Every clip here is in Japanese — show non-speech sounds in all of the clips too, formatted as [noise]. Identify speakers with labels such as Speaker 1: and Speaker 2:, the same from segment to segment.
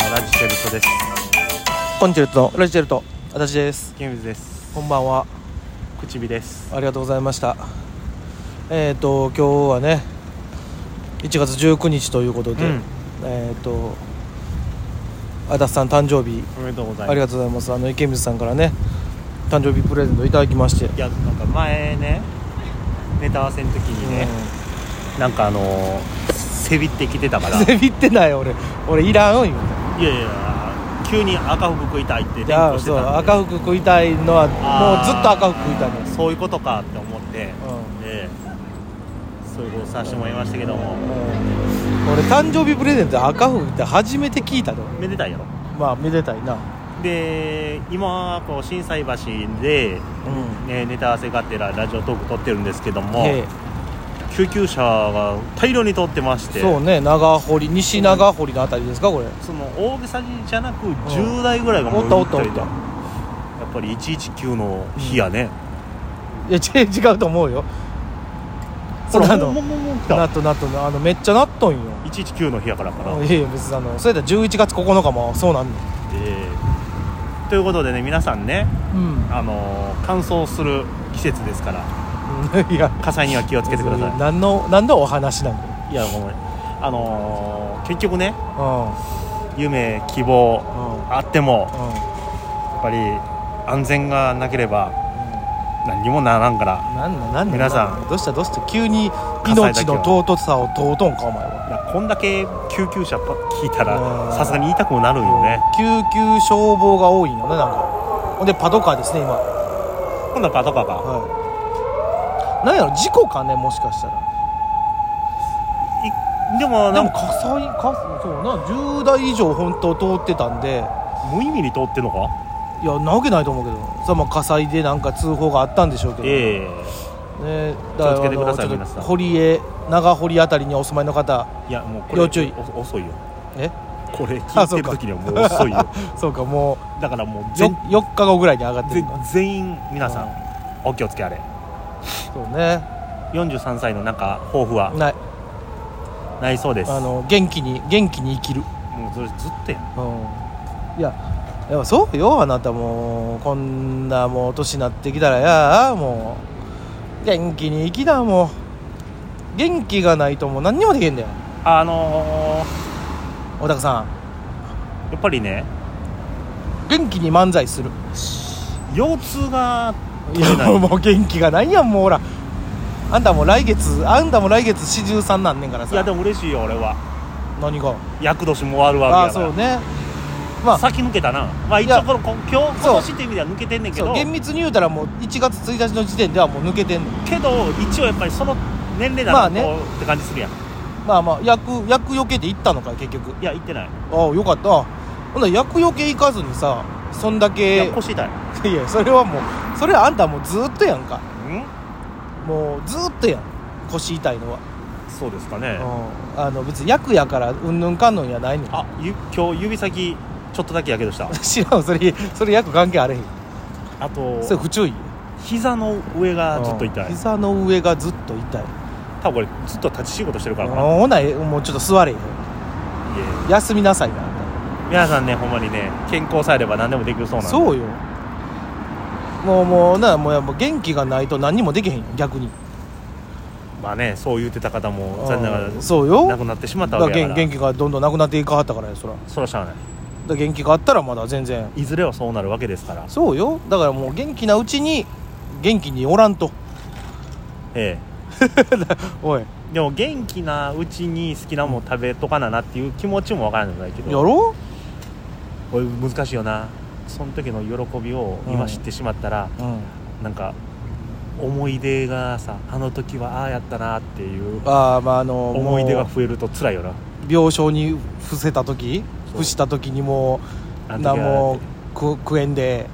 Speaker 1: トです
Speaker 2: コンチェルトのラジチェルト私です
Speaker 1: 清水です
Speaker 2: こんばんは
Speaker 1: 口火です
Speaker 2: ありがとうございましたえっ、と今日はね1月19日ということで、
Speaker 1: うん
Speaker 2: えっ、と足立さん誕生日
Speaker 1: おめでとうございます
Speaker 2: ありがとうございますあの池水さんからね誕生日プレゼントいただきまして
Speaker 1: いやなんか前ねネタ合わせの時にね、なんかあのー、せびってきてたからい
Speaker 2: [laughs] うん、びってない俺俺いらんよ今
Speaker 1: やいや急に赤服食いたいって連
Speaker 2: いや
Speaker 1: 呼して
Speaker 2: そう
Speaker 1: たんで
Speaker 2: 赤服食いたいのはもうずっと赤服食いたいのです、
Speaker 1: そういうことかって思って、ええそういうことさせてもらいましたけども、
Speaker 2: うんうん俺誕生日プレゼント赤服って初めて聞いたで
Speaker 1: め
Speaker 2: 俺
Speaker 1: でたいやろ
Speaker 2: まあめでたいな
Speaker 1: で今こう心斎橋で、
Speaker 2: う
Speaker 1: ね、ネタ合わせがてらラジオトーク撮ってるんですけども
Speaker 2: え
Speaker 1: 救急車が大量に通ってまし
Speaker 2: え
Speaker 1: て
Speaker 2: そうね長堀西長堀のあたりですかこれ
Speaker 1: その大げさじゃなく10台ぐらいがもう
Speaker 2: おったおった
Speaker 1: 動い
Speaker 2: お
Speaker 1: て
Speaker 2: った
Speaker 1: やっぱり119の日やね、
Speaker 2: いや [laughs] 違う違うと思うよそ
Speaker 1: ほ
Speaker 2: れ
Speaker 1: ら
Speaker 2: あ
Speaker 1: もうも
Speaker 2: の
Speaker 1: うもうもう来
Speaker 2: なったとなっとあのめっちゃなっとんよ
Speaker 1: 119の日やからかな、
Speaker 2: いやいや別にあのそれだ11月9日もそうなんの
Speaker 1: ええということでね皆さんね、
Speaker 2: うん [laughs]
Speaker 1: あのー乾燥する季節ですから
Speaker 2: いや
Speaker 1: 火災には気をつけてください
Speaker 2: 何の何のお話なんだ
Speaker 1: いやごめんあのー結局ね
Speaker 2: うん
Speaker 1: 夢希望
Speaker 2: うん
Speaker 1: あっても
Speaker 2: うん
Speaker 1: やっぱり安全がなければ何にもならんから
Speaker 2: なんなんなん
Speaker 1: 皆さん
Speaker 2: どうしたどうした急に
Speaker 1: 火災だ
Speaker 2: 命
Speaker 1: けは
Speaker 2: の尊さを問うとんかお前はい
Speaker 1: やこんだけ救急車パッ聞いた
Speaker 2: う
Speaker 1: ら
Speaker 2: ん
Speaker 1: さすがに痛くもなるんよね
Speaker 2: 救急消防が多いんよねなんかほんでパトカーですね今は
Speaker 1: 今度はパトカーが
Speaker 2: いなんやろ事故かねもしかしたら
Speaker 1: いでも
Speaker 2: で
Speaker 1: なん
Speaker 2: も
Speaker 1: か
Speaker 2: 火災火そうな10台以上本当通ってたんで
Speaker 1: 無意味に通ってんのか
Speaker 2: いやなわけないと思うけどそれはまあ火災でなんか通報があったんでしょうけど、
Speaker 1: ええ
Speaker 2: ね
Speaker 1: 気
Speaker 2: だ
Speaker 1: をつけてください
Speaker 2: あのちょ
Speaker 1: 皆
Speaker 2: っ
Speaker 1: さん
Speaker 2: と堀江長堀あたりにお住まいの方
Speaker 1: いやもうこれ
Speaker 2: 要注意
Speaker 1: お遅いよ
Speaker 2: え
Speaker 1: これ聞いてる時にはもう遅いよ
Speaker 2: [laughs] そうかも
Speaker 1: だからもう
Speaker 2: うよ
Speaker 1: 全
Speaker 2: 4日後ぐらいに上がってる
Speaker 1: 全
Speaker 2: んだ
Speaker 1: 全員皆さんお気をつけあれ
Speaker 2: そうね
Speaker 1: 43歳のなんか抱負は
Speaker 2: ない
Speaker 1: ないそうです
Speaker 2: あの元気に元気に生きる
Speaker 1: もうそれずっとやん
Speaker 2: うんいややっぱそうよあなたもうこんなもう年になってきたらやあもう元気に生きだもう元気がないともう何にもできんだよ
Speaker 1: あのー
Speaker 2: 小高さん
Speaker 1: やっぱりね
Speaker 2: 元気に漫才する
Speaker 1: 腰痛が
Speaker 2: い
Speaker 1: 取れな
Speaker 2: や
Speaker 1: い
Speaker 2: [laughs] もう元気がないやんもうほらあんたも来月あんたも来月43なんねんからさ
Speaker 1: いやでも嬉しいよ俺は
Speaker 2: 何が
Speaker 1: 厄年も終わる
Speaker 2: あ
Speaker 1: わ
Speaker 2: あ
Speaker 1: けや
Speaker 2: そう
Speaker 1: か
Speaker 2: ね
Speaker 1: ら先抜けたなまあ一
Speaker 2: い
Speaker 1: 応
Speaker 2: や
Speaker 1: このこ今日今
Speaker 2: そう
Speaker 1: 年っていう意味では抜けてんねんけ
Speaker 2: そ
Speaker 1: ど
Speaker 2: う厳密に言うたらもう1月1日の時点ではもう抜けてんの
Speaker 1: けど一応やっぱりその年齢だ
Speaker 2: まあ
Speaker 1: な
Speaker 2: ね
Speaker 1: こうって感じするやん
Speaker 2: まあまあ役役よけて行ったのかい結局
Speaker 1: いや行ってない
Speaker 2: ああよかったあほんなら厄除け行かずにさそんだ
Speaker 1: い
Speaker 2: け
Speaker 1: や
Speaker 2: [laughs] い
Speaker 1: 腰痛い
Speaker 2: やそれはもうそれはあんたもうずーっとやんか
Speaker 1: うん
Speaker 2: もうずーっとやん腰痛いのは、
Speaker 1: そうですかね
Speaker 2: うん、あの別に厄やからうんぬんかんぬんや [laughs] ないのよ
Speaker 1: あゆ今日指先ちょっとだけやけどした
Speaker 2: 知らんそれそれ厄関係あれへん
Speaker 1: あと
Speaker 2: それ不注意
Speaker 1: 膝の上がずっと
Speaker 2: う
Speaker 1: 痛
Speaker 2: ん
Speaker 1: い
Speaker 2: 膝の上がずっと痛い
Speaker 1: 多分これずっと立ち仕事してるからかな
Speaker 2: ほなえもうちょっと座れよ
Speaker 1: いえ
Speaker 2: 休みなさいな
Speaker 1: 皆さんねほんまにね健康さえあれば何でもできるそうなんで
Speaker 2: そうよもうもうなもうやっぱ元気がないと何にもできへんよ逆に
Speaker 1: まあねそう言ってた方も残念なが
Speaker 2: うん
Speaker 1: ら
Speaker 2: そうよ
Speaker 1: 亡くなってしまった
Speaker 2: だから
Speaker 1: わけや
Speaker 2: 元
Speaker 1: から
Speaker 2: 元気がどんどんなくなっていかはったからやそらだか
Speaker 1: そらしゃあない
Speaker 2: ら元気があったらまだ全然
Speaker 1: いずれはそうなるわけですから
Speaker 2: そうよだからもう元気なうちに元気におらんと
Speaker 1: え
Speaker 2: おいや
Speaker 1: えでも元気なうちに好きなもん食べとかななっていう気持ちもわからんじゃないけど
Speaker 2: ろ
Speaker 1: これ難しいよなその時の喜びを今知ってしまったら、
Speaker 2: うん
Speaker 1: なんか思い出がさあの時はああやったなっていう
Speaker 2: ああまああの
Speaker 1: 思い出が
Speaker 2: も
Speaker 1: 増えると辛いよな
Speaker 2: う病床に伏せた時
Speaker 1: そう
Speaker 2: 伏した時にも
Speaker 1: あ
Speaker 2: うん
Speaker 1: 時
Speaker 2: なも
Speaker 1: は
Speaker 2: うく食えんで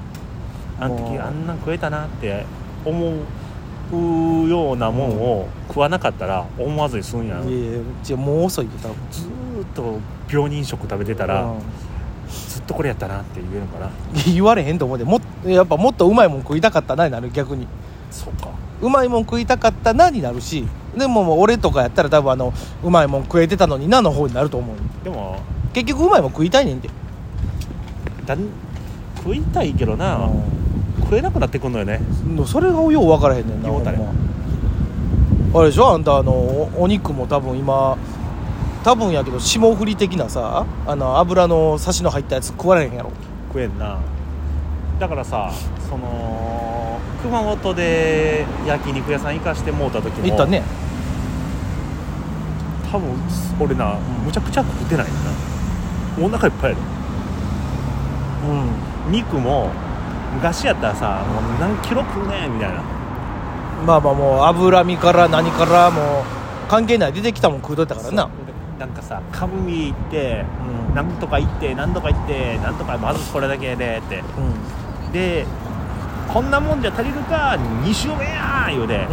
Speaker 1: あの時
Speaker 2: もう
Speaker 1: あんなん食えたなって思うようなもんを食わなかったら思わずに済むんやん
Speaker 2: いやいや違うもう遅いよ多分
Speaker 1: ずーっと病人食食べてたら
Speaker 2: うん [laughs]
Speaker 1: ずっとこれやったなって言えるのかない
Speaker 2: や言われへんと思うでもっやっぱもっとうまいもん食いたかったなになる逆に
Speaker 1: そうか
Speaker 2: うまいもん食いたかったなになるしでももう俺とかやったら多分あのうまいもん食えてたのになの方になると思うよ
Speaker 1: でも
Speaker 2: 結局うまいもん食いたいねんて
Speaker 1: だん食いたいけどな、食えなくなってくんのよね
Speaker 2: うんでもそれがよう分からへんねんな
Speaker 1: ようたれ
Speaker 2: ほんまあれでしょあんたあのおお肉も多分今多分やけど霜降り的なさあの油のサシの入ったやつ食われへんやろ
Speaker 1: 食えんなだからさその熊本で焼肉屋さん行かしてもうた時も
Speaker 2: 行ったね
Speaker 1: 多分俺なむちゃくちゃ食ってないなお腹いっぱいやで
Speaker 2: うん
Speaker 1: 肉も昔やったらさもう何キロ食うねんみたいな
Speaker 2: まあまあもう脂身から何からもう関係ない出てきたもん食うとったからな
Speaker 1: そうなんかさ甘味行って
Speaker 2: うん
Speaker 1: なんとか行ってなんとか行ってなんとかまずこれだけでって
Speaker 2: う
Speaker 1: でこんなもんじゃ足りるか2周目やー言うで、
Speaker 2: んう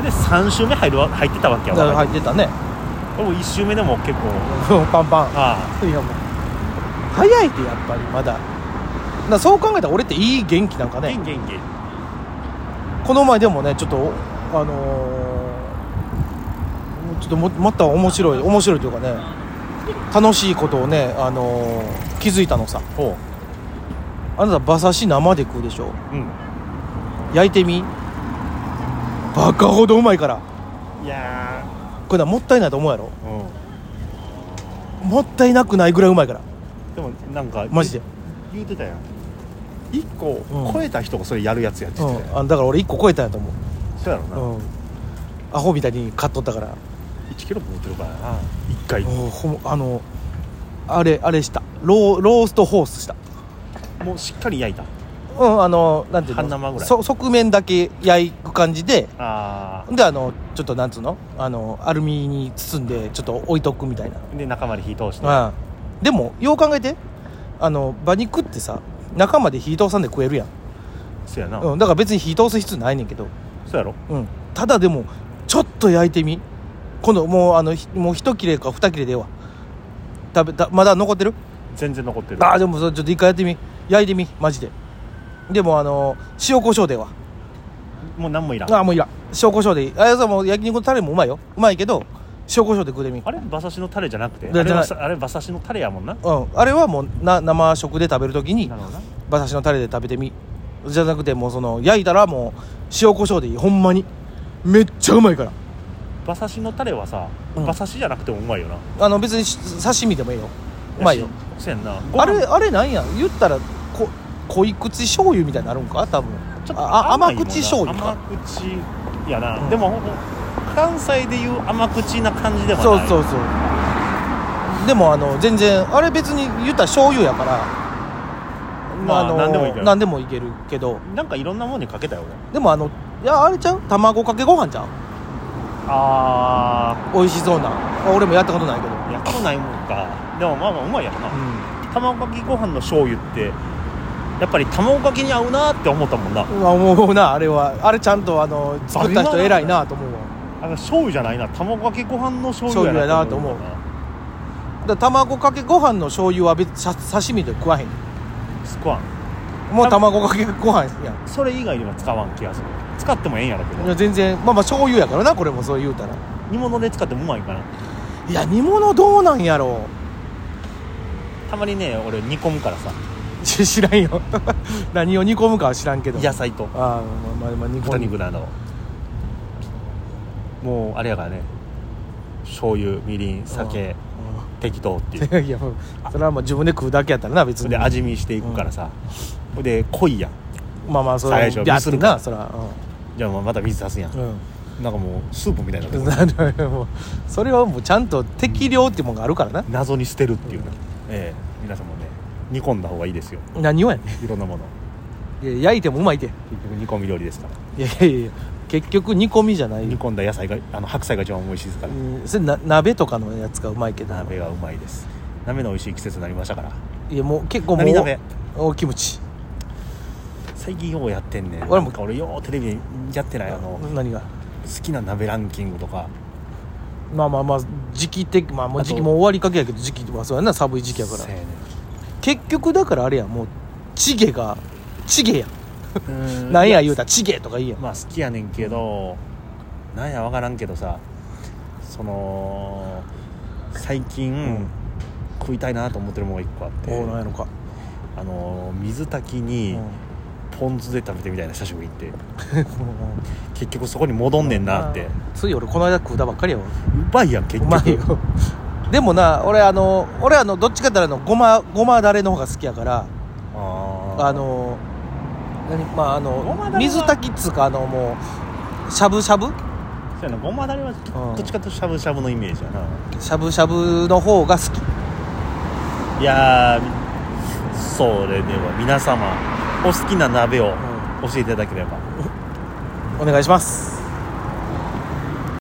Speaker 2: ん
Speaker 1: で3周目入るわ入ってたわけや
Speaker 2: だから
Speaker 1: わ
Speaker 2: 入ってたね
Speaker 1: 俺も1周目でも結構
Speaker 2: [laughs] パンパ
Speaker 1: あ
Speaker 2: ンいやもう早いってやっぱりまだだからそう考えたら俺っていい元気なんか
Speaker 1: あ
Speaker 2: ね
Speaker 1: 元気元気
Speaker 2: この前でもねちょっとあのーちょっともまた面白い面白いというかね楽しいことをね、あのー気づいたのさ
Speaker 1: ほ
Speaker 2: あなた馬刺し生で食うでしょ
Speaker 1: ううん
Speaker 2: 焼いてみバカほどうまいから
Speaker 1: いや
Speaker 2: これなもったいないと思うやろ
Speaker 1: ーうん
Speaker 2: もったいなくないぐらいうまいから
Speaker 1: でもなんか
Speaker 2: マジで、
Speaker 1: 言うてたやん1個
Speaker 2: うん
Speaker 1: 超えた人がそれやるやつやって
Speaker 2: う
Speaker 1: 言ってた
Speaker 2: ん、あだから俺1個超えたんやと思
Speaker 1: そうやろな、
Speaker 2: う、うん、アホみたいに買っとったから
Speaker 1: 1キロも持ってるからな1回
Speaker 2: おーほんあのあれあれしたローローストホースした
Speaker 1: もうしっかり焼いた
Speaker 2: うんあのなんていうの
Speaker 1: 半生ぐらい
Speaker 2: そ側面だけ焼く感じで
Speaker 1: あ
Speaker 2: であのちょっとなんつうのあのアルミに包んでちょっと置いとくみたいな、
Speaker 1: あで中まで火通して
Speaker 2: うんでもよう考えてあの馬肉ってさ中まで火通さんで食えるやん、
Speaker 1: そうやな、
Speaker 2: うん、だから別に火通す必要ないねんけど、
Speaker 1: そうやろ
Speaker 2: うん、ただでもちょっと焼いてみ今度もうあのひもう一切れか二切れでええわ食べたまだ残ってる
Speaker 1: 全然残ってる
Speaker 2: ああでもそれちょっと一回やってみ焼いてみマジででもあの塩コショウでええわ
Speaker 1: もう何もいらん
Speaker 2: あ
Speaker 1: あ
Speaker 2: あもういいや塩コショウでいいあやさもう焼肉のタレもうまいようまいけど塩コショウで食うて
Speaker 1: れ
Speaker 2: み
Speaker 1: 馬刺しのタレじゃなくて
Speaker 2: じゃ
Speaker 1: あれ
Speaker 2: じゃない
Speaker 1: 馬刺あれ馬刺しのタレやもんな
Speaker 2: うんあれはもうな生食で食べるときに
Speaker 1: なるほどな
Speaker 2: 馬刺しのタレで食べてみじゃなくてもうその焼いたらもう塩コショウでいいほんまにめっちゃうまいから
Speaker 1: 馬刺しのタレはさ、
Speaker 2: うん
Speaker 1: 馬刺しじゃなくてもうまいよな
Speaker 2: あの別にし刺身でもいいようまいよ
Speaker 1: やしそうやんなご飯
Speaker 2: あれあれなんや言ったらこ濃い口醤油みたいになるんか多分
Speaker 1: ちょっと
Speaker 2: あ
Speaker 1: 甘い
Speaker 2: 甘
Speaker 1: もんな
Speaker 2: 口醤油か
Speaker 1: 甘口やな、
Speaker 2: うん
Speaker 1: でもほんま関西でいう甘口な感じでもない
Speaker 2: そうそうそうでもあの全然あれ別に言ったら醤油やから
Speaker 1: まあ
Speaker 2: の
Speaker 1: 何でもいける
Speaker 2: 何でもいけるけど
Speaker 1: なんかいろんなもんにかけたよ俺
Speaker 2: でもあのいやあれちゃう卵かけご飯ちゃう
Speaker 1: あ
Speaker 2: 美味しそうな俺もやったことないけど
Speaker 1: あやったことないもんかでもまあまあうまいやろな、
Speaker 2: う
Speaker 1: 卵かけご飯の醤油ってやっぱり卵かけに合うなって思ったもんなん
Speaker 2: まあ思うなあれはあれちゃんとあの作った人偉いなと思うわ
Speaker 1: あの醤油じゃないな卵かけご飯の醤油やなと思う
Speaker 2: 醤だから卵かけご飯の醤油は別さ刺身で食わへん
Speaker 1: スコア
Speaker 2: もう卵かけご飯やん
Speaker 1: それ以外には使わん気がする使ってもええんやろけ
Speaker 2: い
Speaker 1: ど
Speaker 2: や全然まあまあ醤油やからなこれもそう言うたら
Speaker 1: 煮物で使ってもうまいかない
Speaker 2: や煮物どうなんやろう
Speaker 1: たまにね俺煮込むからさ
Speaker 2: 知知らんよ [laughs] 何を煮込むかは知らんけど
Speaker 1: 野菜と
Speaker 2: ああまあまあまあ煮
Speaker 1: 豚
Speaker 2: 込む
Speaker 1: 肉などもうあれやからね醤油みりん酒適当っていう
Speaker 2: うん [laughs] いやもうそれはもう自分で食うだけやったらな別
Speaker 1: そ
Speaker 2: に
Speaker 1: れで味見していくからさ、ほん、で濃いやん
Speaker 2: まあまあそ
Speaker 1: 最
Speaker 2: れ
Speaker 1: 初
Speaker 2: や
Speaker 1: ミ
Speaker 2: って
Speaker 1: スるか
Speaker 2: な
Speaker 1: ら
Speaker 2: そら
Speaker 1: じゃあまた水足すやん、
Speaker 2: うん、うん
Speaker 1: なんかもうスープみたいになってる
Speaker 2: なるほど [laughs] もうそれはもうちゃんと適量ってもんがあるからな
Speaker 1: 謎に捨てるっていうね、ええ皆さんもね煮込んだ方がいいですよ
Speaker 2: 何をやね
Speaker 1: いろんなもの
Speaker 2: んいや焼いてもうまいで
Speaker 1: 結局煮込み料理ですから
Speaker 2: いやいやいや結局煮込みじゃない
Speaker 1: 煮込んだ野菜があの白菜が一番美味しいですから、
Speaker 2: うんそれな鍋とかのやつがうまいけど
Speaker 1: 鍋がうまいです鍋の美味しい季節になりましたから
Speaker 2: いやもう結構もう
Speaker 1: 何鍋
Speaker 2: おキムチ
Speaker 1: 最近ようやってんねん
Speaker 2: 俺
Speaker 1: な
Speaker 2: も
Speaker 1: んか俺ようテレビやってないあの
Speaker 2: 何が
Speaker 1: 好きな鍋ランキングとか
Speaker 2: まあまあまあ時期的まあもう時期
Speaker 1: あと
Speaker 2: もう終わりかけやけど時期はそうやな寒い時期やから
Speaker 1: せやねん
Speaker 2: 結局だからあれやもうチゲがチゲやん
Speaker 1: うん
Speaker 2: なんや言うたらチゲとかいいやん
Speaker 1: まあ好きやねんけどなんやわからんけどさその最近、
Speaker 2: ん
Speaker 1: 食いたいなと思ってるものが1個あって
Speaker 2: おうなんやろか
Speaker 1: あの水炊きにポン酢で食べてみたいな久しぶりって結局そこに戻んねんなって
Speaker 2: [laughs] つい俺この間食うたばっかりやわ
Speaker 1: うまいやん結
Speaker 2: う
Speaker 1: 局
Speaker 2: まいよでもな俺あの俺あのどっちかって言ったらあのごまごまだれの方が好きやから
Speaker 1: あー
Speaker 2: あの何まああ
Speaker 1: ごまだれ
Speaker 2: の
Speaker 1: は
Speaker 2: 水炊きっつうかあのもうしゃぶしゃぶ
Speaker 1: そうやなごまだれは
Speaker 2: ん
Speaker 1: どっちかというとしゃぶしゃぶのイメージやな
Speaker 2: しゃぶしゃぶの方が好き
Speaker 1: いやーそれでは皆様お好きな鍋を教えていただければ
Speaker 2: お願いします